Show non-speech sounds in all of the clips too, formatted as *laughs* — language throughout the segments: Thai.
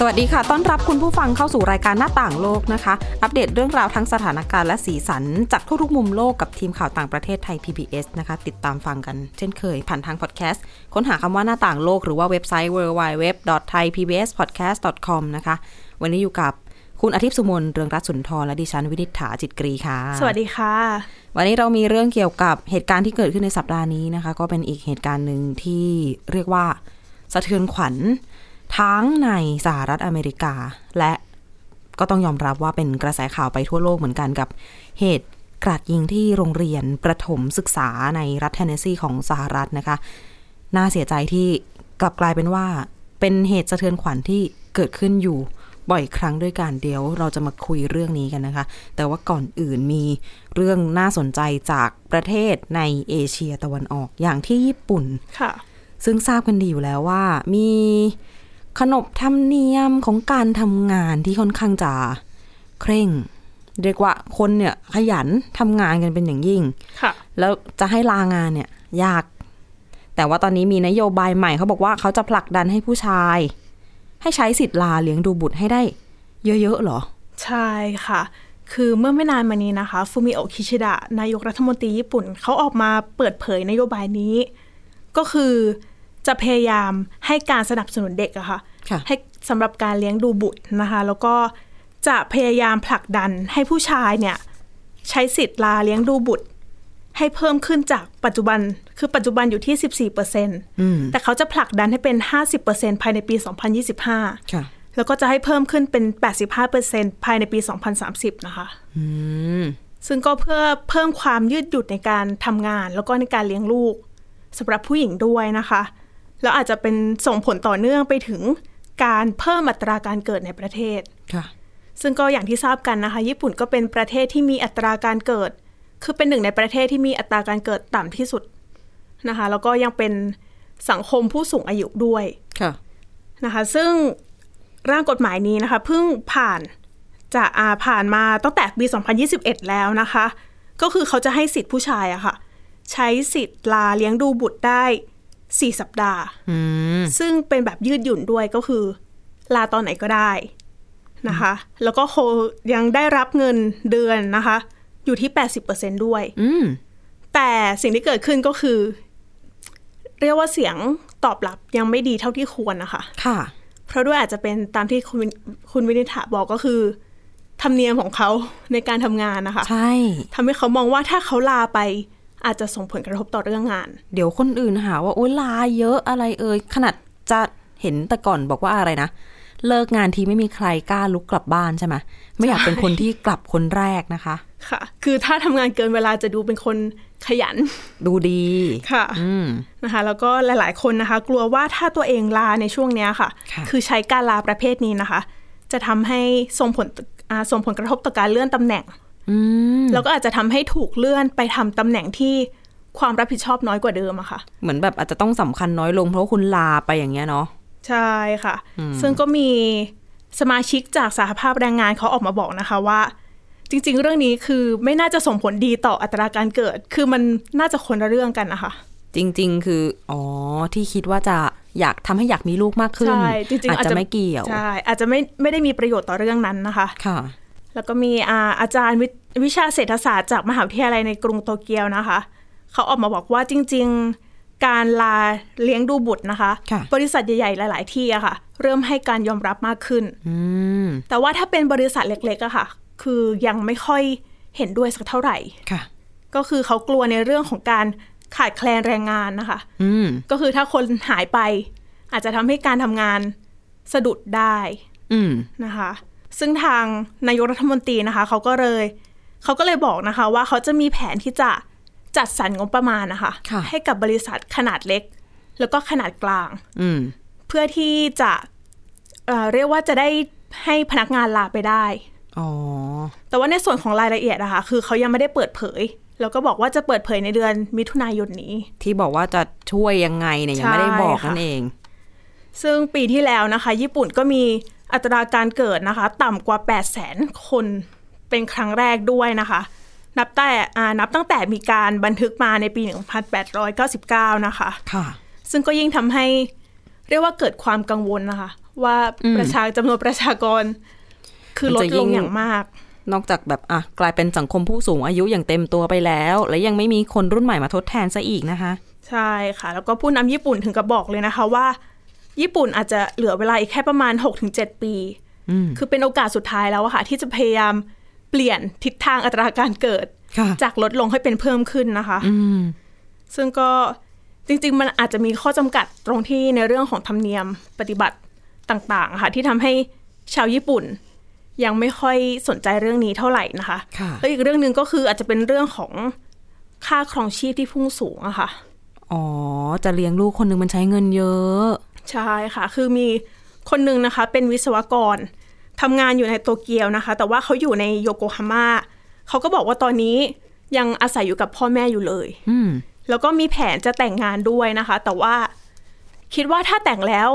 สวัสดีค่ะ ต้อนรับคุณผู้ฟังเข้าสู่รายการหน้าต่างโลกนะคะ อัปเดตเรื่องราวทั้งสถานการณ์และสีสัน จากทั่วทุกมุมโลกกับทีมข่าวต่างประเทศไทย PBS นะคะ ติดตามฟังกัน เช่นเคย ผ่านทางพอดแคสต์ ค้นหาคำว่าหน้าต่างโลกหรือว่าเว็บไซต์ www.thaipbspodcast.com นะคะ วันนี้อยู่กับคุณอาทิตย์สุมนต์เรืองรัตน์สุนทรและดิฉันวินิษฐาจิตกรีค่ะ สวัสดีค่ะ วันนี้เรามีเรื่องเกี่ยวกับเหตุการณ์ที่เกิดขึ้นในสัปดาห์นี้นะคะ ก็เป็นอีกเหตุการณ์หนึ่งที่เรียกว่า สะเทือนขวัญทั้งในสหรัฐอเมริกา และก็ต้องยอมรับว่าเป็นกระแสข่าวไปทั่วโลกเหมือนกันกับ เหตุกราดยิงที่โรงเรียนประถมศึกษาในรัฐเทนเนสซีของสหรัฐนะคะ น่าเสียใจที่กลับกลายเป็นว่า เป็นเหตุสะเทือนขวัญที่เกิดขึ้นอยู่บ่อยครั้งด้วยกันเดี๋ยวเราจะมาคุยเรื่องนี้กันนะคะ แต่ว่าก่อนอื่นมีเรื่องน่าสนใจจากประเทศในเอเชียตะวันออกอย่างที่ญี่ปุ่น ค่ะ ซึ่งทราบกันดีอยู่แล้วว่ามีขนบธรรมเนียมของการทำงานที่ค่อนข้างจะเคร่ง เรียกว่าคนเนี่ยขยันทำงานกันเป็นอย่างยิ่ง ค่ะ แล้วจะให้ลางานเนี่ยยาก แต่ว่าตอนนี้มีนโยบายใหม่เขาบอกว่าเขาจะผลักดันให้ผู้ชาย ให้ใช้สิทธิ์ลาเลี้ยงดูบุตรให้ได้เยอะๆเหรอ ใช่ค่ะ คือเมื่อไม่นานมานี้นะคะ ฟูมิโอะ คิชิดะ นายกรัฐมนตรีญี่ปุ่น เขาออกมาเปิดเผยนโยบายนี้ ก็คือจะพยายามให้การสนับสนุนเด็กอะค่ะ ค่ะ ให้สำหรับการเลี้ยงดูบุตรนะคะ แล้วก็จะพยายามผลักดันให้ผู้ชายเนี่ย ใช้สิทธิ์ลาเลี้ยงดูบุตร ให้เพิ่มขึ้นจากปัจจุบัน คือปัจจุบันอยู่ที่ 14%แต่เขาจะผลักดันให้เป็น 50%ภายในปี 2025 ค่ะ แล้วก็จะให้เพิ่มขึ้นเป็น 85%ภายในปี 2030 นะคะ ซึ่งก็เพื่อเพิ่มความยืดหยุ่นในการทำงาน แล้วก็ในการเลี้ยงลูกสำหรับผู้หญิงด้วยนะคะ แล้วอาจจะเป็นส่งผลต่อเนื่องไปถึงการเพิ่มอัตราการเกิดในประเทศ ค่ะ ซึ่งก็อย่างที่ทราบกันนะคะ ญี่ปุ่นก็เป็นประเทศที่มีอัตราการเกิด คือเป็นหนึ่งในประเทศที่มีอัตราการเกิดต่ำที่สุดนะคะ แล้วก็ยังเป็นสังคมผู้สูงอายุด้วย ค่ะ นะคะซึ่งร่างกฎหมายนี้นะคะเพิ่งผ่านจะอ่าผ่านมาตั้งแต่ปี 2021 แล้วนะคะ ก็คือเขาจะให้สิทธิ์ผู้ชายอะค่ะ ใช้สิทธิ์ลาเลี้ยงดูบุตรได้ 4 สัปดาห์ อืม ซึ่งเป็นแบบยืดหยุ่นด้วยก็คือ ลาตอนไหนก็ได้นะคะ แล้วก็โคยังได้รับเงินเดือนนะคะ อยู่ที่ 80%ด้วย อืม แต่สิ่งที่เกิดขึ้นก็คือ เรียกว่าเสียงตอบรับยังไม่ดีเท่าที่ควรนะคะ ค่ะ เพราะด้วยอาจจะเป็นตามที่คุณคุณวินิฐาบอกก็คือ ธรรมเนียมของเขาในการทำงานนะคะ ใช่ ทำให้เขามองว่าถ้าเขาลาไปอาจจะส่งผลกระทบต่อเรื่องงาน เดี๋ยวคนอื่นหาว่าโอ้ลาเยอะอะไรเอ่ยขนาดจะเห็นแต่ก่อนบอกว่าอะไรนะ เลิกงานทีไม่มีใครกล้าลุกกลับบ้านใช่ไหมไม่อยากเป็นคนที่กลับคนแรกนะคะ ค่ะ คือถ้าทำงานเกินเวลาจะดูเป็นคนขยัน ดูดี ค่ะ อืม นะคะ แล้วก็หลาย ๆ คนนะคะ กลัวว่าถ้าตัวเองลาในช่วงเนี้ยค่ะ ค่ะ คือใช้การลาประเภทนี้นะคะ จะทำให้ส่งผลอ่าส่งผลกระทบต่อการเลื่อนตำแหน่ง อืม แล้วก็อาจจะทำให้ถูกเลื่อนไปทำตำแหน่งที่ความรับผิดชอบน้อยกว่าเดิมอะค่ะ เหมือนแบบอาจจะต้องสำคัญน้อยลงเพราะว่าคุณลาไปอย่างเงี้ยเนาะ ใช่ค่ะ ซึ่งก็มีสมาชิกจากสหภาพแรงงานเขาออกมาบอกนะคะว่า จริงๆ เรื่องนี้คือไม่น่าจะส่งผลดีต่ออัตราการเกิด คือมันน่าจะคนละเรื่องกันนะคะ จริง ๆ คือ อ๋อ ที่คิดว่าจะอยากทำให้อยากมีลูกมากขึ้น ใช่จริงๆ อาจ อาจ จะ จะ ไม่เกี่ยว ใช่อาจจะไม่ไม่ได้มีประโยชน์ต่อเรื่องนั้นนะคะ ค่ะ แล้วก็มีอาอาจารย์วิวิชาเศรษฐศาสตร์จากมหาวิทยาลัยในกรุงโตเกียวนะคะ เขาออกมาบอกว่าจริง ๆ การลาเลี้ยงดูบุตรนะคะ ค่ะ บริษัทใหญ่ๆ หลาย ๆ ที่อะค่ะ เริ่มให้การยอมรับมากขึ้น อืม แต่ว่าถ้าเป็นบริษัทเล็กๆอะค่ะ คือยังไม่ค่อยเห็นด้วยสักเท่าไหร่ ค่ะ ก็คือเขากลัวในเรื่องของการขาดแคลนแรงงานนะคะ อืม ก็คือถ้าคนหายไป อาจจะทำให้การทำงานสะดุดได้ อืม นะคะ ซึ่งทางนายกรัฐมนตรีนะคะ เขาก็เลยเขาก็เลยบอกนะคะ ว่าเขาจะมีแผนที่จะจัดสรรงบประมาณนะคะ ค่ะ ให้กับบริษัทขนาดเล็ก แล้วก็ขนาดกลาง อืม เพื่อที่จะเอ่อเรียกว่าจะได้ให้พนักงานลาไปได้ อ๋อ แต่ว่าในส่วนของรายละเอียดนะคะ คือเขายังไม่ได้เปิดเผย แล้วก็บอกว่าจะเปิดเผยในเดือนมิถุนายนนี้ ที่บอกว่าจะช่วยยังไงเนี่ยยังไม่ได้บอก ใช่ค่ะ นั่นเอง ซึ่งปีที่แล้วนะคะ ญี่ปุ่นก็มีอัตราการเกิดนะคะ ต่ำกว่า 8 0 0 0 0 0 คนเป็นครั้งแรกด้วยนะคะ นับแต่อ่านับตั้งแต่มีการบันทึกมาในปี 1899 นะคะ ค่ะ ซึ่งก็ยิ่งทำให้เรียกว่าเกิดความกังวลนะคะ ว่าประชาจำนวนประชากร คือล มัน ด จะยิ่ ลง ง อย่างมาก นอกจากแบบอ่ะกลายเป็นสังคมผู้สูงอายุอย่างเต็มตัวไปแล้ว และยังไม่มีคนรุ่นใหม่มาทดแทนซะอีกนะคะ ใช่ค่ะ แล้วก็ผู้นำญี่ปุ่นถึงกับบอกเลยนะคะว่า ญี่ปุ่นอาจจะเหลือเวลาอีกแค่ประมาณ 6-7 ปี คือเป็นโอกาสสุดท้ายแล้วอะค่ะ ที่จะพยายามเปลี่ยนทิศทางอัตราการเกิด ค่ะ จากลดลงให้เป็นเพิ่มขึ้นนะคะ ซึ่งก็จริงๆ มันอาจจะมีข้อจำกัดตรงที่ในเรื่องของธรรมเนียมปฏิบัติต่างๆ ค่ะ ที่ทำให้ชาวญี่ปุ่น ยังไม่ค่อยสนใจเรื่องนี้เท่าไหร่นะคะ ค่ะ แล้วอีกเรื่องหนึ่งก็คืออาจจะเป็นเรื่องของค่าครองชีพที่พุ่งสูงอะค่ะ อ๋อ จะเลี้ยงลูกคนหนึงมันใช้เงินเยอะ ใช่ค่ะ คือมีคนหนึ่งนะคะ เป็นวิศวกรทำงานอยู่ในโตเกียวนะคะ แต่ว่าเขาอยู่ในโยโกฮาม่าเขาก็บอกว่าตอนนี้ยังอาศัยอยู่กับพ่อแม่อยู่เลย อืม แล้วก็มีแผนจะแต่งงานด้วยนะคะ แต่ว่าคิดว่าถ้าแต่งแล้ว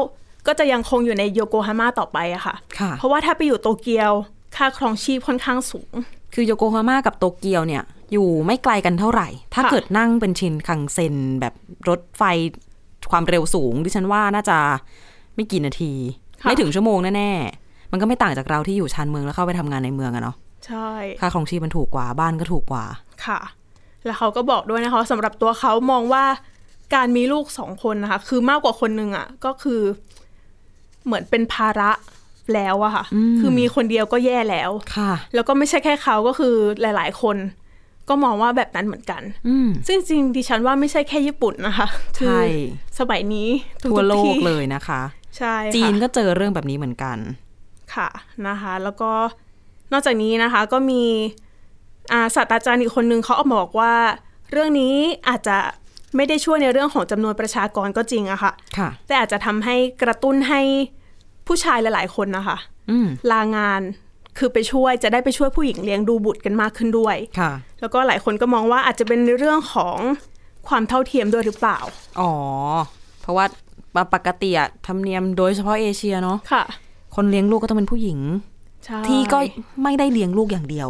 ก็จะยังคงอยู่ในโยโกฮาม่าต่อไปอะค่ะ ค่ะ เพราะว่าถ้าไปอยู่โตเกียวค่าครองชีพค่อนข้างสูง คือโยโกฮาม่ากับโตเกียวเนี่ย อยู่ไม่ไกลกันเท่าไหร่ ถ้า ค่ะ เกิดนั่งเป็นชินคังเซ็นแบบรถไฟความเร็วสูง ดิฉันว่าน่าจะไม่กี่นาที ไม่ถึงชั่วโมงแน่ๆ มันก็ไม่ต่างจากเราที่อยู่ชานเมืองแล้วเข้าไปทำงานในเมืองอะเนาะ ใช่ ค่าครองชีพมันถูกกว่าบ้านก็ถูกกว่า ค่ะ แล้วเขาก็บอกด้วยนะคะว่าสำหรับตัวเขามองว่าการมีลูกสองคนนะคะ คือมากกว่าคนหนึ่งอะก็คือเหมือนเป็นภาระแล้วอะค่ะ คือมีคนเดียวก็แย่แล้ว ค่ะ แล้วก็ไม่ใช่แค่เขาก็คือหลาย ๆ คน ก็มองว่าแบบนั้นเหมือนกัน อืม ซึ่งจริงๆดิฉันว่าไม่ใช่แค่ญี่ปุ่นนะคะคือ ใช่ สมัยนี้ทุกๆ ทั่วโลก ที่ เลยนะคะ ใช่ค่ะ จีนก็เจอเรื่องแบบนี้เหมือนกัน ค่ะนะคะ แล้วก็นอกจากนี้นะคะก็มีอ่าศาสตราจารย์อีกคนนึงเขาออกมาบอกว่า เรื่องนี้อาจจะไม่ได้ช่วยในเรื่องของจำนวนประชากรก็จริงอะค่ะ ค่ะ แต่อาจจะทำให้กระตุ้นให้ผู้ชายหลาย ๆ คนนะคะ อืม ลางานคือไปช่วยจะได้ไปช่วยผู้หญิงเลี้ยงดูบุตรกันมากขึ้นด้วย ค่ะ แล้วก็หลายคนก็มองว่าอาจจะเป็นในเรื่องของความเท่าเทียมด้วยหรือเปล่า อ๋อ เพราะว่าปกติอะธรรมเนียมโดยเฉพาะเอเชียเนาะ ค่ะ คนเลี้ยงลูกก็ต้องเป็นผู้หญิง ใช่ ที่ก็ไม่ได้เลี้ยงลูกอย่างเดียว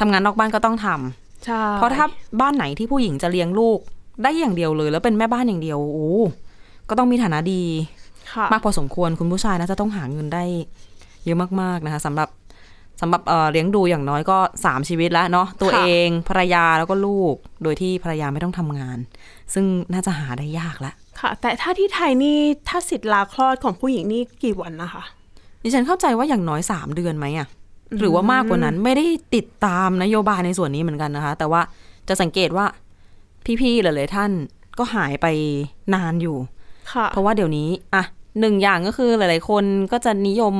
ทำงานนอกบ้านก็ต้องทำ ใช่ เพราะถ้าบ้านไหนที่ผู้หญิงจะเลี้ยงลูกได้อย่างเดียวเลย แล้วเป็นแม่บ้านอย่างเดียว โอ้ ก็ต้องมีฐานะดี ค่ะ มากพอสมควรคุณผู้ชายน่าจะต้องหาเงินได้ เยอะมากๆนะคะสำหรับสำหรับเอ่อเลี้ยงดูอย่างน้อยก็สามชีวิตแล้วเนาะตัวเองภรรยาแล้วก็ลูก โดยที่ภรรยาไม่ต้องทำงาน ซึ่งน่าจะหาได้ยากละ ค่ะ แต่ถ้าที่ไทยนี่ถ้าสิทธิ์ลาคลอดของผู้หญิงนี่กี่วันนะคะ ดิฉันเข้าใจว่าอย่างน้อยสามเดือนไหมอะหรือว่ามากกว่านั้นไม่ได้ติดตามนโยบายในส่วนนี้เหมือนกันนะคะ แต่ว่าจะสังเกตว่าพี่ๆหลายๆท่านก็หายไปนานอยู่ ค่ะ เพราะว่าเดี๋ยวนี้อ่ะหนึ่งอย่างก็คือหลาย ๆ คนก็จะนิยม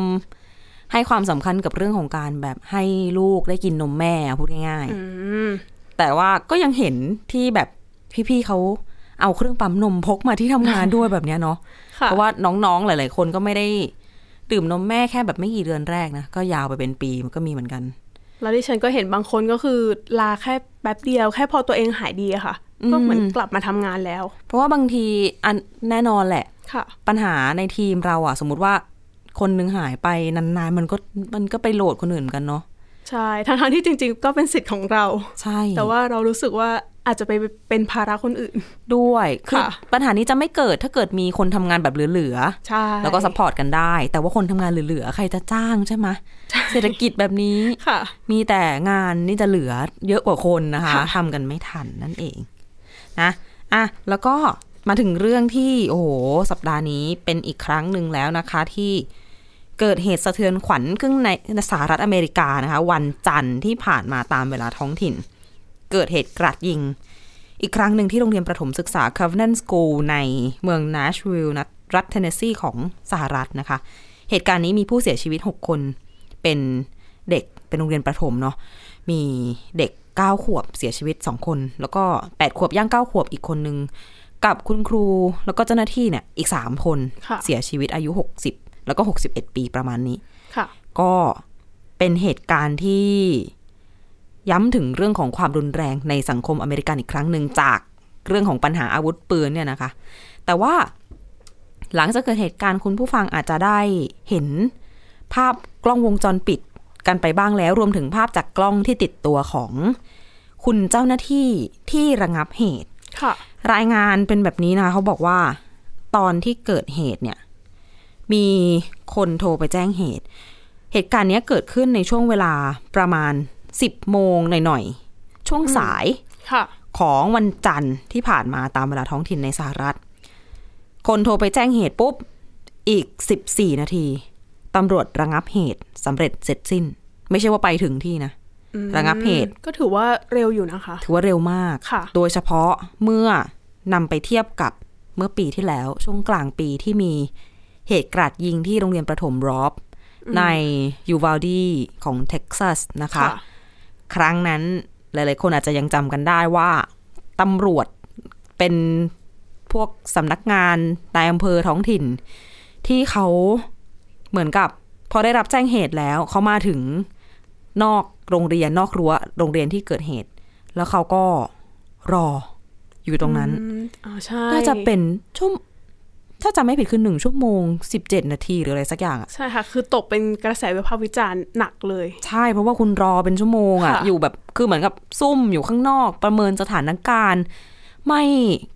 ให้ความสำคัญกับเรื่องของการแบบให้ลูกได้กินนมแม่อะพูดง่ายๆแต่ว่าก็ยังเห็นที่แบบพี่ ๆเขาเอาเครื่องปั๊มนมพกมาที่ทำงานด้วยแบบเนี้ยเนาะ *laughs* ค่ะ เพราะว่าน้อง ๆ หลาย ๆ คนก็ไม่ได้ดื่มนมแม่แค่แบบไม่กี่เดือนแรกนะก็ยาวไปเป็นปีมันก็มีเหมือนกัน แล้วดิฉันก็เห็นบางคนก็คือลาแค่แป๊บเดียว แค่พอตัวเองหายดีอะค่ะ ก็เหมือนกลับมาทำงานแล้ว เพราะว่าบางทีอันแน่นอนแหละ ค่ะ ปัญหาในทีมเราอะสมมติว่าคนหนึงหายไปนานๆ มันก็มันก็ไปโหลดคนอื่นเหมือนกันเนาะ ใช่ทั้งๆที่จริง ๆ ก็เป็นสิทธิ์ของเรา ใช่ แต่ว่าเรารู้สึกว่าอาจจะไปเป็นภาระคนอื่น ด้วยคือ ค่ะ ปัญหานี้จะไม่เกิดถ้าเกิดมีคนทำงานแบบเหลือ ใช่ ๆ แล้วก็ซัพพอร์ตกันได้ แต่ว่าคนทำงานเหลือๆ ใครจะจ้างใช่ไหมเศรษฐกิจแบบนี้ ค่ะ มีแต่งานนี่จะเหลือเยอะกว่าคนนะคะ ค่ะ ทำกันไม่ทันนั่นเองนะอ่ะแล้วก็มาถึงเรื่องที่โอ้โหสัปดาห์นี้เป็นอีกครั้งหนึ่งแล้วนะคะที่เกิดเหตุสะเทือนขวัญขึ้นในสหรัฐอเมริกานะคะ วันจันทร์ที่ผ่านมาตามเวลาท้องถิ่น เกิดเหตุกราดยิง อีกครั้งหนึ่งที่โรงเรียนประถมศึกษา Covenant School ในเมือง Nashville นะรัฐเทนเนสซีของสหรัฐนะคะ เหตุการณ์นี้มีผู้เสียชีวิต 6 คน เป็นเด็กเป็นโรงเรียนประถมเนาะมีเด็ก 9 ขวบเสียชีวิต 2 คน แล้วก็ 8 ขวบย่าง 9 ขวบอีกคนนึง กับคุณครูแล้วก็เจ้าหน้าที่เนี่ยอีก 3 คน ค่ะ เสียชีวิตอายุ 60 แล้วก็ 61 ปีประมาณนี้ ค่ะ ก็เป็นเหตุการณ์ที่ย้ำถึงเรื่องของความรุนแรงในสังคมอเมริกันอีกครั้งหนึ่งจากเรื่องของปัญหาอาวุธปืนเนี่ยนะคะ แต่ว่า หลังจากเกิดเหตุการณ์คุณผู้ฟังอาจจะได้เห็นภาพกล้องวงจรปิดกันไปบ้างแล้ว รวมถึงภาพจากกล้องที่ติดตัวของ คุณเจ้าหน้าที่ที่ระงับเหตุ ค่ะ รายงานเป็นแบบนี้นะคะเขาบอกว่า ตอนที่เกิดเหตุเนี่ย มีคนโทรไปแจ้งเหตุ เหตุการณ์เนี้ยเกิดขึ้นในช่วงเวลาประมาณ 10 โมงหน่อยๆ ช่วงสาย ค่ะ ของวันจันทร์ที่ผ่านมาตามเวลาท้องถิ่นในสหรัฐ คนโทรไปแจ้งเหตุปุ๊บ อีก 14 นาที ตำรวจระงับเหตุสำเร็จเสร็จสิ้น ไม่ใช่ว่าไปถึงที่นะ ระงับเหตุ ก็ถือว่าเร็วอยู่นะคะ ถือว่าเร็วมาก ค่ะ โดยเฉพาะเมื่อนำไปเทียบกับเมื่อปีที่แล้ว ช่วงกลางปีที่มีเหตุกราดยิงที่โรงเรียนประถมรอบ ในยูวาลดีของเท็กซัสนะคะ ครั้งนั้นหลาย ๆ คนอาจจะยังจำกันได้ว่าตำรวจเป็นพวกสำนักงานนายอำเภอท้องถิ่น ที่เขาเหมือนกับ พอได้รับแจ้งเหตุแล้วเขามาถึงนอกโรงเรียนนอกรั้วโรงเรียนที่เกิดเหตุ แล้วเขาก็รออยู่ตรงนั้น อืมอ๋อใช่ น่าจะเป็นชั่วโมงถ้าจำไม่ผิดคือหนึ่งชั่วโมงสิบเจ็ดนาทีหรืออะไรสักอย่างอะ ใช่ค่ะ คือตกเป็นกระแสวิพากษ์วิจารณ์หนักเลย ใช่เพราะว่าคุณรอเป็นชั่วโมงอะ ค่ะ อยู่แบบคือเหมือนกับซุ่มอยู่ข้างนอก ประเมินสถานการณ์ ไม่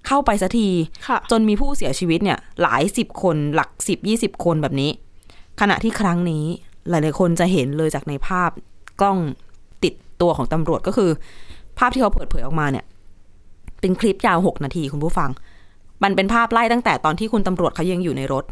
เข้าไปสักที ค่ะ จนมีผู้เสียชีวิตเนี่ย หลายสิบคนหลักสิบยี่สิบคนแบบนี้ ขณะที่ครั้งนี้ หลายๆคนจะเห็นเลยจากในภาพกล้องติดตัวของตำรวจก็คือ ภาพที่เขาเปิดเผยออกมาเนี่ย เป็นคลิปยาวหกนาทีคุณผู้ฟัง มันเป็นภาพไล่ตั้งแต่ตอนที่คุณตำรวจเขายังอยู่ในรถ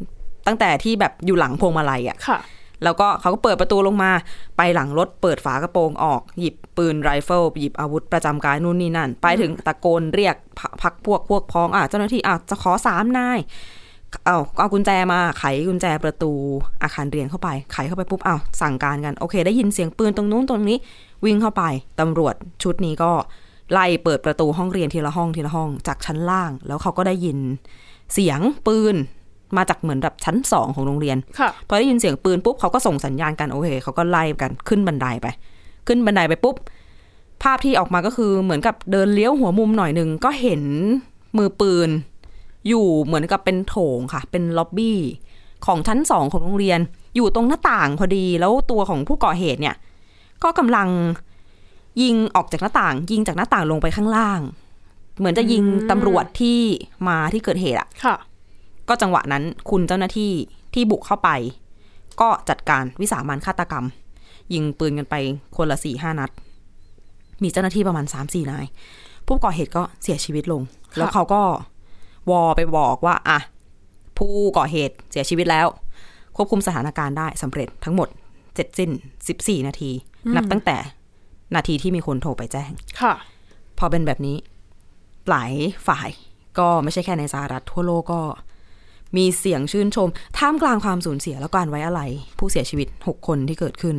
ตั้งแต่ที่แบบอยู่หลังพวงมาลัยอะ ค่ะ แล้วก็เขาก็เปิดประตูลงมา ไปหลังรถเปิดฝากระโปรงออก หยิบปืนไรเฟิลหยิบอาวุธประจำกายนู่นนี่นั่น ไปถึงตะโกนเรียกพพักพวกพวกพ้องอ่ะเจ้าหน้าที่อ่ะจะขอสามนายเอาเอากุญแจมาไขกุญแจประตูอาคารเรียนเข้าไป ไขเข้าไปปุ๊บอ้าวสั่งการกัน โอเค ได้ยินเสียงปืนตรงนู้นตรงนี้ วิ่งเข้าไปตำรวจชุดนี้ก็ไล่เปิดประตูห้องเรียนทีละห้องทีละห้องจากชั้นล่าง แล้วเขาก็ได้ยินเสียงปืนมาจากเหมือนแบบชั้นสองของโรงเรียน ค่ะ พอได้ยินเสียงปืนปุ๊บเขาก็ส่งสัญญาณกันโอเคเขาก็ไล่กันขึ้นบันไดไป ขึ้นบันไดไปปุ๊บ ภาพที่ออกมาก็คือเหมือนกับเดินเลี้ยวหัวมุมหน่อยหนึ่งก็เห็นมือปืน อยู่เหมือนกับเป็นโถงค่ะ เป็นล็อบบี้ของชั้นสองของโรงเรียน อยู่ตรงหน้าต่างพอดีแล้วตัวของผู้ก่อเหตุเนี่ย ก็กำลังยิงออกจากหน้าต่าง ยิงจากหน้าต่างลงไปข้างล่าง เหมือนจะยิงตำรวจที่มาที่เกิดเหตุอะ ค่ะ ก็จังหวะนั้นคุณเจ้าหน้าที่ที่บุกเข้าไป ก็จัดการวิสามันฆาตกรรม ยิงปืนกันไปคนละสี่ห้านัด มีเจ้าหน้าที่ประมาณสามสี่นาย ผู้ก่อเหตุก็เสียชีวิตลง ค่ะ แล้วเขาก็วอไปบอกว่า อ่ะ ผู้ก่อเหตุเสียชีวิตแล้ว ควบคุมสถานการณ์ได้สำเร็จทั้งหมดเสร็จสิ้นสิบสี่นาที นับตั้งแต่นาทีที่มีคนโทรไปแจ้ง ค่ะ พอเป็นแบบนี้หลายฝ่ายก็ไม่ใช่แค่ในสหรัฐทั่วโลกก็ มีเสียงชื่นชม ท่ามกลางความสูญเสียและการไว้อะไร ผู้เสียชีวิต 6 คนที่เกิดขึ้น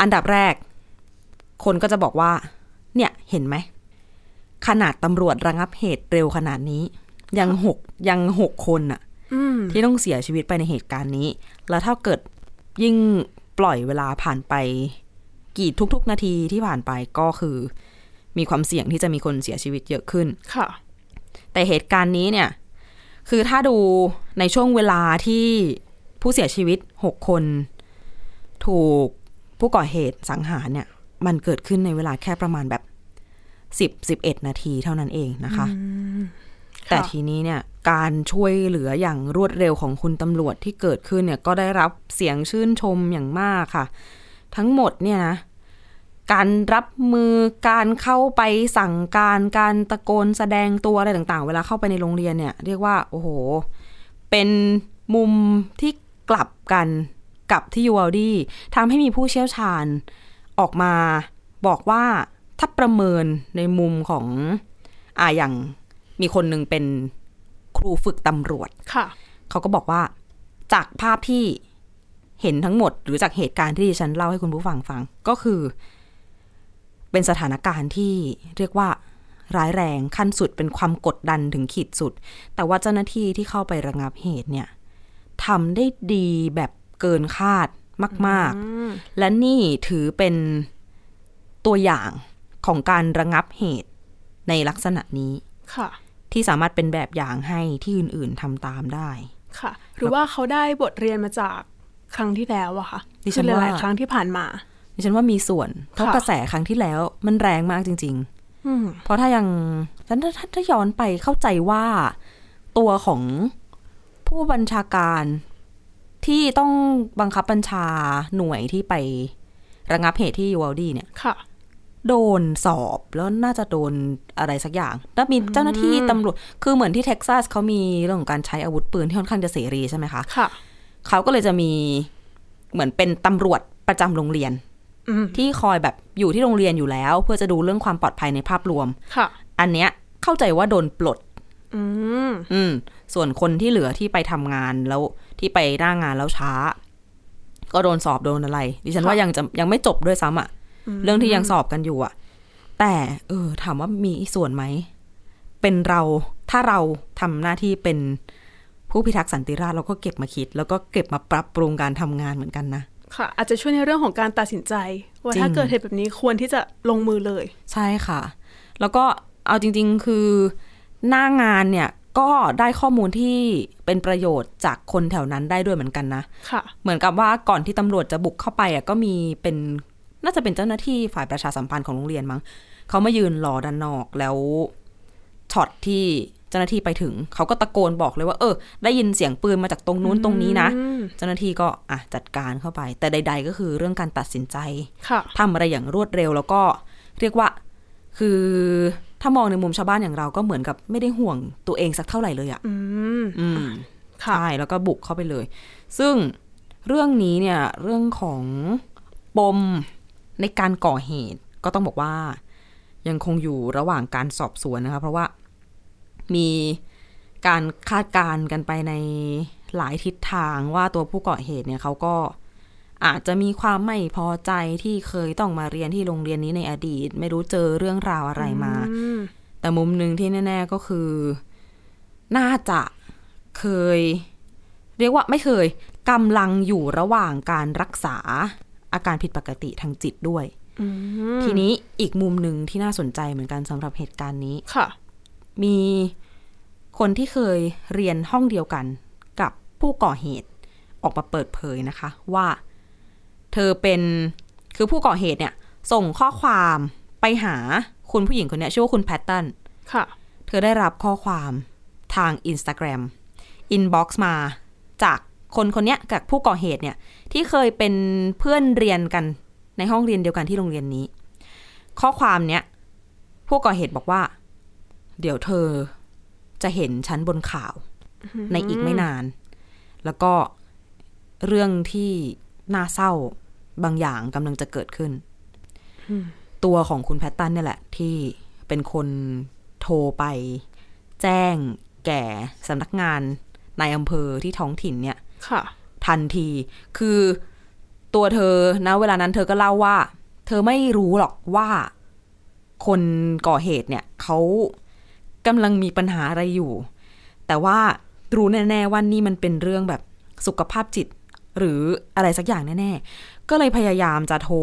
อันดับแรก คนก็จะบอกว่า เนี่ยเห็นไหม ขนาดตำรวจระงับเหตุเร็วขนาดนี้ ยังหกยังหกคนอะ อืม ที่ต้องเสียชีวิตไปในเหตุการณ์นี้ แล้วถ้าเกิดยิ่งปล่อยเวลาผ่านไป กี่ทุก ๆ นาทีที่ผ่านไปก็คือ มีความเสี่ยงที่จะมีคนเสียชีวิตเยอะขึ้น ค่ะ แต่เหตุการณ์นี้เนี่ย คือถ้าดูในช่วงเวลาที่ผู้เสียชีวิต 6 คน ถูกผู้ก่อเหตุสังหารเนี่ย มันเกิดขึ้นในเวลาแค่ประมาณแบบ 10 11 นาทีเท่านั้นเองนะคะ แต่ทีนี้เนี่ย การช่วยเหลืออย่างรวดเร็วของคุณตำรวจที่เกิดขึ้นเนี่ย ก็ได้รับเสียงชื่นชมอย่างมากค่ะ ทั้งหมดเนี่ยนะ การรับมือการเข้าไปสั่งการการตะโกนแสดงตัวอะไรต่างๆ เวลาเข้าไปในโรงเรียนเนี่ย เรียกว่า โอ้โห เป็นมุมที่กลับกันกับที่ยูว l ลดี้ทำให้มีผู้เชี่ยวชาญออกมาบอกว่าถ้าประเมินในมุมของอ่าอย่างมีคนหนึ่งเป็นครูฝึกตำรวจ ค่ะ เขาก็บอกว่าจากภาพที่เห็นทั้งหมด หรือจากเหตุการณ์ที่ดิฉันเล่าให้คุณผู้ฟังฟัง ก็คือ เป็นสถานการณ์ที่เรียกว่าร้ายแรงขั้นสุดเป็นความกดดันถึงขีดสุด แต่ว่าเจ้าหน้าที่ที่เข้าไประงับเหตุเนี่ยทำได้ดีแบบเกินคาดมาก ๆ และนี่ถือเป็นตัวอย่างของการระงับเหตุในลักษณะนี้ ค่ะ ที่สามารถเป็นแบบอย่างให้ที่อื่น ๆทำตามได้ ค่ะ หรือว่าเขาได้บทเรียนมาจากครั้งที่แล้วอะค่ะ ดิฉัน คือหลาย ว่า ๆครั้งที่ผ่านมา ดิฉันว่ามีส่วน เพราะ ค่ะ กระแสครั้งที่แล้วมันแรงมากจริง ๆ อืม เพราะถ้ายังฉันถ้าถ้าย้อนไปเข้าใจว่าตัวของผู้บัญชาการที่ต้องบังคับบัญชาหน่วยที่ไประงับเหตุที่ยูวลดีเนี่ย ค่ะ โดนสอบแล้วน่าจะโดนอะไรสักอย่าง แล้วมีเจ้าหน้าที่ตำรวจคือเหมือนที่เท็กซัสเขามีเรื่องของการใช้อาวุธปืนที่ค่อนข้างจะเสรีใช่ไหมคะ ค่ะ เขาก็เลยจะมีเหมือนเป็นตำรวจประจำโรงเรียน อืม ที่คอยแบบอยู่ที่โรงเรียนอยู่แล้ว เพื่อจะดูเรื่องความปลอดภัยในภาพรวม ค่ะ อันเนี้ยเข้าใจว่าโดนปลด อืม อืม ส่วนคนที่เหลือที่ไปทำงานแล้วที่ไปหน้างานแล้วช้า ก็โดนสอบโดนอะไร ดิฉันว่า ค่ะ ยังจะยังไม่จบด้วยซ้ำอะเรื่องที่ยังสอบกันอยู่อะแต่เออ ถามว่ามีส่วนไหม เป็นเราถ้าเราทำหน้าที่เป็นผู้พิทักษ์สันติราษฎร์เราก็เก็บมาคิด แล้วก็เก็บมาปรับปรุงการทำงานเหมือนกันนะ ค่ะ อาจจะช่วยในเรื่องของการตัดสินใจ ว่า จริง ถ้าเกิดเหตุแบบนี้ควรที่จะลงมือเลย ใช่ค่ะ แล้วก็เอาจริง ๆ คือหน้างานเนี่ยก็ได้ข้อมูลที่เป็นประโยชน์จากคนแถวนั้นได้ด้วยเหมือนกันนะ ค่ะ เหมือนกับว่าก่อนที่ตำรวจจะบุกเข้าไปอ่ะก็มีเป็นน่าจะเป็นเจ้าหน้าที่ฝ่ายประชาสัมพันธ์ของโรงเรียนมั้งเขามายืนรอด้านนอกแล้วช็อตที่เจ้าหน้าที่ไปถึง เขาก็ตะโกนบอกเลยว่า เออ ได้ยินเสียงปืนมาจากตรงนู้นตรงนี้นะ อืม เจ้าหน้าที่ก็อ่ะจัดการเข้าไป แต่ใด ๆ ก็คือเรื่องการตัดสินใจ ค่ะ ทำอะไรอย่างรวดเร็วแล้วก็เรียกว่า คือถ้ามองในมุมชาวบ้านอย่างเราก็เหมือนกับไม่ได้ห่วงตัวเองสักเท่าไหร่เลยอะ่ะ อืม อืม ค่ะ ใช่แล้วก็บุกเข้าไปเลย ซึ่งเรื่องนี้เนี่ย เรื่องของปมในการก่อเหตุ ก็ต้องบอกว่า ยังคงอยู่ระหว่างการสอบสวนนะคะ เพราะว่ามีการคาดการณ์กันไปในหลายทิศทางว่าตัวผู้ก่อเหตุเนี่ยเขาก็ อาจจะมีความไม่พอใจที่เคยต้องมาเรียนที่โรงเรียนนี้ในอดีต ไม่รู้เจอเรื่องราวอะไรมา อืม แต่มุมหนึ่งที่แน่ ๆก็คือ น่าจะเคย เรียกว่าไม่เคยกำลังอยู่ระหว่างการรักษาอาการผิดปกติทางจิตด้วย อืม ทีนี้อีกมุมหนึ่งที่น่าสนใจเหมือนกันสำหรับเหตุการณ์นี้ ค่ะ มีคนที่เคยเรียนห้องเดียวกันกับผู้ก่อเหตุออกมาเปิดเผยนะคะ ว่าเธอเป็นคือผู้ก่อเหตุเนี่ย ส่งข้อความไปหาคุณผู้หญิงคนเนี้ยชื่อว่าคุณแพตตัน ค่ะ เธอได้รับข้อความทาง Instagram Inbox มาจากคนคนเนี้ยจากผู้ก่อเหตุเนี่ย ที่เคยเป็นเพื่อนเรียนกันในห้องเรียนเดียวกันที่โรงเรียนนี้ ข้อความเนี้ยผู้ก่อเหตุบอกว่า เดี๋ยวเธอจะเห็นฉันบนข่าวในอีกไม่นาน แล้วก็เรื่องที่น่าเศร้าบางอย่างกำลังจะเกิดขึ้น ตัวของคุณแพตตันเนี่ยแหละ ที่เป็นคนโทรไป แจ้งแก่สำนักงานในอำเภอที่ท้องถิ่นเนี่ย ค่ะ ทันที คือตัวเธอนะเวลานั้นเธอก็เล่าว่า เธอไม่รู้หรอกว่าคนก่อเหตุเนี่ยเขากำลังมีปัญหาอะไรอยู่ แต่ว่ารู้แน่ๆว่านี่มันเป็นเรื่องแบบสุขภาพจิต หรืออะไรสักอย่างแน่ๆ ก็เลยพยายามจะโทร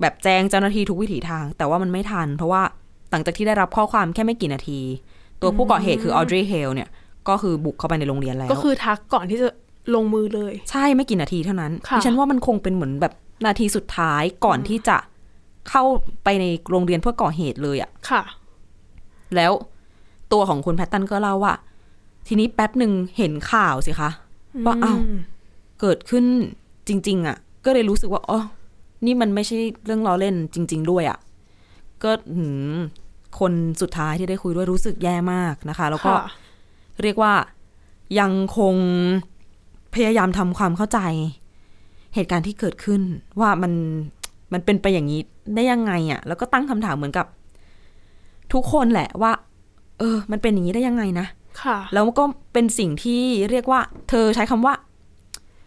แบบแจ้งเจ้าหน้าที่ทุกวิถีทาง แต่ว่ามันไม่ทัน เพราะว่าหลังจากที่ได้รับข้อความแค่ไม่กี่นาที ตัวผู้ก่อเหตุคือออดรีย์เฮลเนี่ยก็คือบุกเข้าไปในโรงเรียนแล้ว ก็คือทักก่อนที่จะลงมือเลย ใช่ไม่กี่นาทีเท่านั้น ค่ะ ดิฉันว่ามันคงเป็นเหมือนแบบนาทีสุดท้ายก่อนที่จะเข้าไปในโรงเรียนเพื่อก่อเหตุเลยอะ ค่ะ แล้วตัวของคุณแพตตันก็เล่าว่า ทีนี้แป๊บหนึ่งเห็นข่าวสิคะ ว่าอ้าว ม เกิดขึ้นจริง ๆอะก็เลยรู้สึกว่าอ๋อนี่มันไม่ใช่เรื่องล้อเล่นจริง ๆ ด้วยอะก็หืมคนสุดท้ายที่ได้คุยด้วยรู้สึกแย่มากนะคะ แล้วก็ ค่ะ เรียกว่ายังคงพยายามทำความเข้าใจ เหตุการณ์ที่เกิดขึ้น ว่ามันมันเป็นไปอย่างนี้ได้ยังไงอะ่ะ แล้วก็ตั้งคำถามเหมือนกับ ทุกคนแหละว่า เออ มันเป็นอย่างนี้ได้ยังไงนะ ค่ะ แล้วก็เป็นสิ่งที่เรียกว่า เธอใช้คำว่า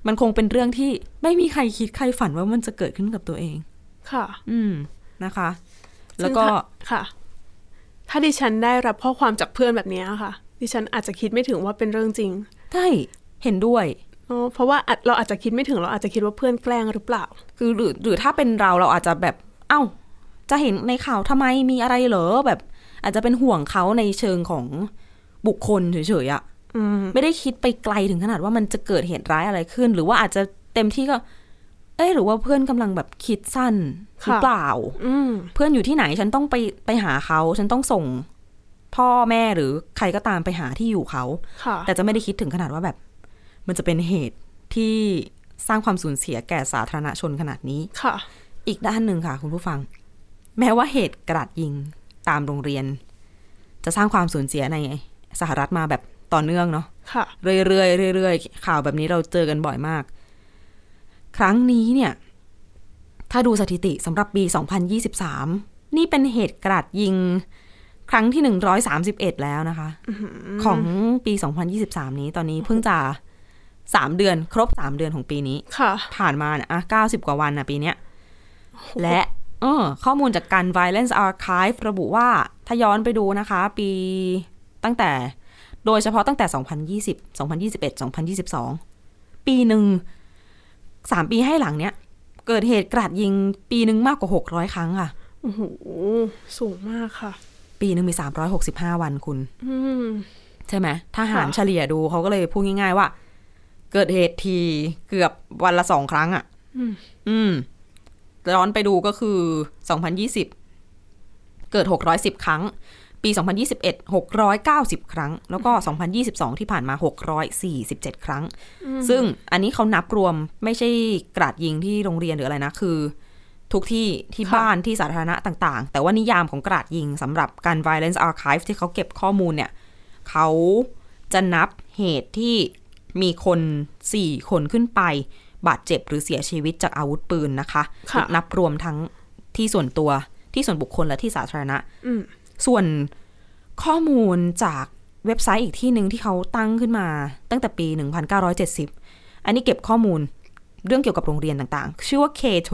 มันคงเป็นเรื่องที่ไม่มีใครคิดใครฝันว่ามันจะเกิดขึ้นกับตัวเอง ค่ะ อืมนะคะ ซึ่ง แล้วก็ ถ้าค่ะ ถ้าดิฉันได้รับข้อความจากเพื่อนแบบเนี้ยค่ะ ดิฉันอาจจะคิดไม่ถึงว่าเป็นเรื่องจริง ใช่เห็นด้วย เนอะเพราะว่าอาจเราอาจจะคิดไม่ถึงเราอาจจะคิดว่าเพื่อนแกล้งหรือเปล่า คือหรือหรือถ้าเป็นเราเราอาจจะแบบ เอ้า จะเห็นในข่าวทำไมมีอะไรเหรอแบบ อาจจะเป็นห่วงเขาในเชิงของบุคคลเฉยๆอะ อืม ไม่ได้คิดไปไกลถึงขนาดว่ามันจะเกิดเหตุร้ายอะไรขึ้น หรือว่าอาจจะเต็มที่ก็ เอ้ยหรือว่าเพื่อนกำลังแบบคิดสั้นหรือเปล่า อืม เพื่อนอยู่ที่ไหนฉันต้องไปไปหาเขาฉันต้องส่ง พ่อแม่หรือใครก็ตามไปหาที่อยู่เขา ค่ะ แต่จะไม่ได้คิดถึงขนาดว่าแบบ มันจะเป็นเหตุที่สร้างความสูญเสียแก่สาธารณชนขนาดนี้ ค่ะ อีกด้านหนึ่งค่ะ คุณผู้ฟัง แม้ว่าเหตุกระดาษยิงตามโรงเรียน จะสร้างความสูญเสียในสหรัฐมาแบบต่อเนื่องเนาะ ค่ะ เรื่อยๆเรื่อยๆข่าวแบบนี้เราเจอกันบ่อยมาก ครั้งนี้เนี่ย ถ้าดูสถิติสำหรับปี 2023 นี่เป็นเหตุกระดาษยิง ครั้งที่ 131 แล้วนะคะ ของปี 2023 นี้ตอนนี้เพิ่งจะ 3 เดือน ครบ 3 เดือนของปีนี้ ค่ะ ผ่านมาเนี่ยอ่ะ90 กว่าวันนะปีเนี้ย และเออข้อมูลจากการ Violence Archive ระบุว่าถ้าย้อนไปดูนะคะ ปีตั้งแต่ โดยเฉพาะตั้งแต่ 2020 2021 2022 ปีหนึ่งสามปีให้หลังเนี้ย เกิดเหตุกราดยิงปีหนึ่งมากกว่า 600 ครั้งค่ะ โอ้โห สูงมากค่ะ ปีหนึ่งมี 365 วันคุณ อืม ใช่ไหมถ้าหาร ค่ะ เฉลี่ยดูเขาก็เลยพูดง่ายๆว่า เกิดเหตุทีเกือบวันละสองครั้งอะ่ะ อืมย้อนไปดูก็คือ 2020 เกิด 610 ครั้ง ปี 2021 690 ครั้ง แล้วก็ 2022 ที่ผ่านมา 647 ครั้ง ซึ่งอันนี้เขานับรวมไม่ใช่กราดยิงที่โรงเรียนหรืออะไรนะ คือ ทุกที่ที่ ค่ะ บ้านที่สาธารณะต่าง ๆ แต่ว่านิยามของกราดยิงสำหรับการ violence archive ที่เขาเก็บข้อมูลเนี่ย เขาจะนับเหตุที่มีคน 4 คนขึ้นไป บาดเจ็บหรือเสียชีวิตจากอาวุธปืนนะคะ ค่ะ นับรวมทั้งที่ส่วนตัวที่ส่วนบุคคลและที่สาธารณะ อืม ส่วนข้อมูลจากเว็บไซต์อีกที่หนึ่งที่เขาตั้งขึ้นมาตั้งแต่ปี 1970 อันนี้เก็บข้อมูลเรื่องเกี่ยวกับโรงเรียนต่างๆ ชื่อว่า K12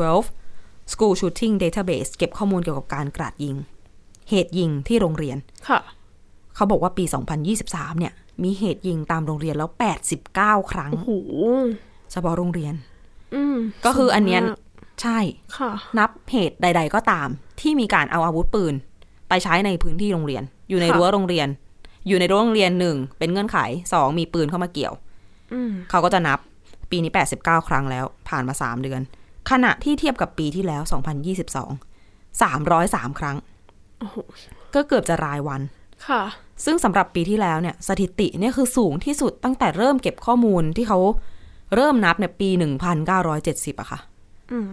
School Shooting Database เก็บข้อมูลเกี่ยวกับการกราดยิง เหตุยิงที่โรงเรียน ค่ะ เขาบอกว่าปี 2023 เนี่ย มีเหตุยิงตามโรงเรียนแล้ว 89 ครั้ง โอ้โห เฉพาะโรงเรียน อืม ก็คืออันเนี้ย สูงมาก ใช่ ค่ะ นับเหตุใด ๆ ก็ตาม ที่มีการเอาอาวุธปืน ไปใช้ในพื้นที่โรงเรียน อยู่ใน ค่ะ รั้วโรงเรียน อยู่ในรั้วโรงเรียนหนึ่งเป็นเงื่อนไขสองมีปืนเข้ามาเกี่ยว อืม เขาก็จะนับปีนี้ 89 ครั้งแล้ว ผ่านมา 3 เดือน ขณะที่เทียบกับปีที่แล้ว 2022 303 ครั้ง โอ้โห ก็เกือบจะรายวัน ค่ะ ซึ่งสำหรับปีที่แล้วเนี่ยสถิติเนี่ยคือสูงที่สุดตั้งแต่เริ่มเก็บข้อมูลที่เขาเริ่มนับเนี่ยปี 1970อะค่ะ อืม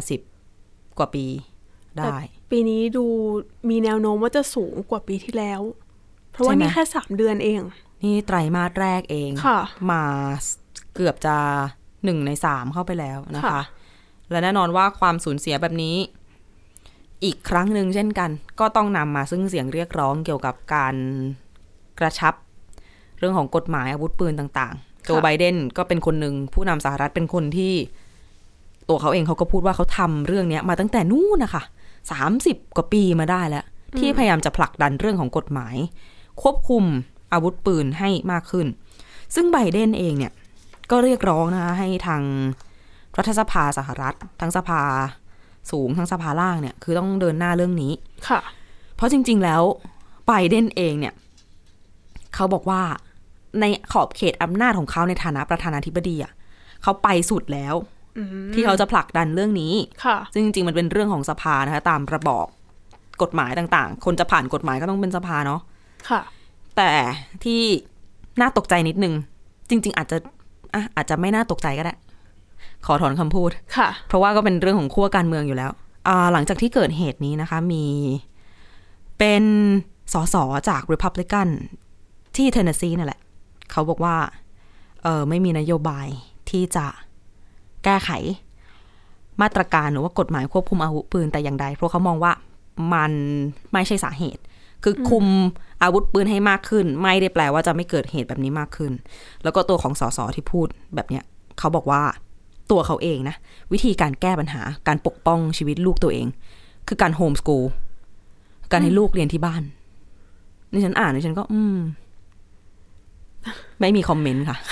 50 กว่าปีได้ ปีนี้ดูมีแนวโน้มว่าจะสูงกว่าปีที่แล้ว เพราะว่า ใช่ไหม นี่แค่สามเดือนเอง นี่ไตรมาสแรกเอง ค่ะ มาเกือบจะหนึ่งในสามเข้าไปแล้วนะคะ ค่ะ และแน่นอนว่าความสูญเสียแบบนี้ อีกครั้งหนึ่งเช่นกัน ก็ต้องนำมาซึ่งเสียงเรียกร้องเกี่ยวกับการกระชับ เรื่องของกฎหมายอาวุธปืนต่างๆ โจไบเดนก็เป็นคนหนึ่งผู้นำสหรัฐเป็นคนที่ ตัวเขาเองเขาก็พูดว่าเขาทำเรื่องเนี้ยมาตั้งแต่นู่นนะคะสามสิบกว่าปีมาได้แล้ว ที่พยายามจะผลักดันเรื่องของกฎหมาย ควบคุมอาวุธปืนให้มากขึ้น ซึ่งไบเดนเองเนี่ยก็เรียกร้องนะคะให้ทางรัฐสภาสหรัฐ ทั้งสภาสูงทั้งสภาล่างเนี่ยคือต้องเดินหน้าเรื่องนี้ ค่ะ เพราะจริง ๆ แล้วไบเดนเองเนี่ย เขาบอกว่าในขอบเขตอำนาจของเขาในฐานะประธานาธิบดีอ่ะเขาไปสุดแล้ว อืม ที่เขาจะผลักดันเรื่องนี้ ค่ะ ซึ่งจริงๆ มันเป็นเรื่องของสภานะคะตามระบอบกฎหมายต่างๆ คนจะผ่านกฎหมายก็ต้องเป็นสภาเนาะ ค่ะ แต่ที่น่าตกใจนิดนึง จริง ๆ อาจจะอ่ะอาจจะไม่น่าตกใจก็ได้ ขอถอนคำพูด ค่ะ เพราะว่าก็เป็นเรื่องของขั้วการเมืองอยู่แล้วอ่าหลังจากที่เกิดเหตุนี้นะคะ มีเป็นสสจาก Republican ที่เทนเนสซีนั่นแหละ เขาบอกว่าเออไม่มีนโยบายที่จะแก้ไขมาตรการหรือว่ากฎหมายควบคุมอาวุธปืนแต่อย่างใด เพราะเขามองว่ามันไม่ใช่สาเหตุ คือคุมอาวุธปืนให้มากขึ้น ไม่ได้แปลว่าจะไม่เกิดเหตุแบบนี้มากขึ้น แล้วก็ตัวของสสที่พูดแบบเนี้ยเขาบอกว่าตัวเขาเองนะ วิธีการแก้ปัญหาการปกป้องชีวิตลูกตัวเอง คือการโฮมสกูลการให้ลูกเรียนที่บ้านนี่ฉันอ่านนี่ฉันก็ อืม ไม่มีคอมเมนต์ค่ะ *laughs*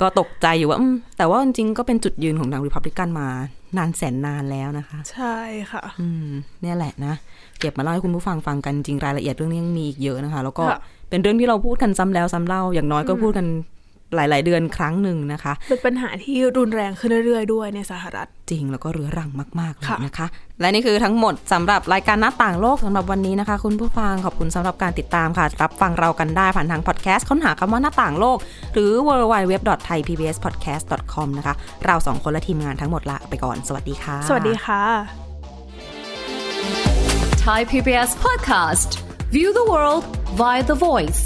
ก็ตกใจอยู่ว่าอืมแต่ว่าจริงๆก็เป็นจุดยืนของทางริพับลิกันมานานแสนนานแล้วนะคะ ใช่ค่ะ อืมเนี่ยแหละนะ เก็บมาเล่าให้คุณผู้ฟังฟังกันจริงรายละเอียดเรื่องนี้ยังมีอีกเยอะนะคะ แล้วก็ ค่ะ เป็นเรื่องที่เราพูดกันซ้ำแล้วซ้ำเล่าอย่างน้อยก็พูดกันหลาย ๆ เดือนครั้งหนึ่งนะคะ เป็นปัญหาที่รุนแรงขึ้นเรื่อยๆด้วยในสหรัฐ จริงแล้วก็เรื้อรังมาก ๆ เลย ค่ะ นะคะ และนี่คือทั้งหมดสำหรับรายการหน้าต่างโลกสำหรับวันนี้นะคะ คุณผู้ฟังขอบคุณสำหรับการติดตามค่ะ รับฟังเรากันได้ผ่านทางพอดแคสต์ค้นหาคำว่าหน้าต่างโลก หรือ www.thaipbspodcast.com นะคะ เราสองคนและทีมงานทั้งหมดลาไปก่อนสวัสดีค่ะ สวัสดีค่ะ Thai PBS podcast. View the world via the voice.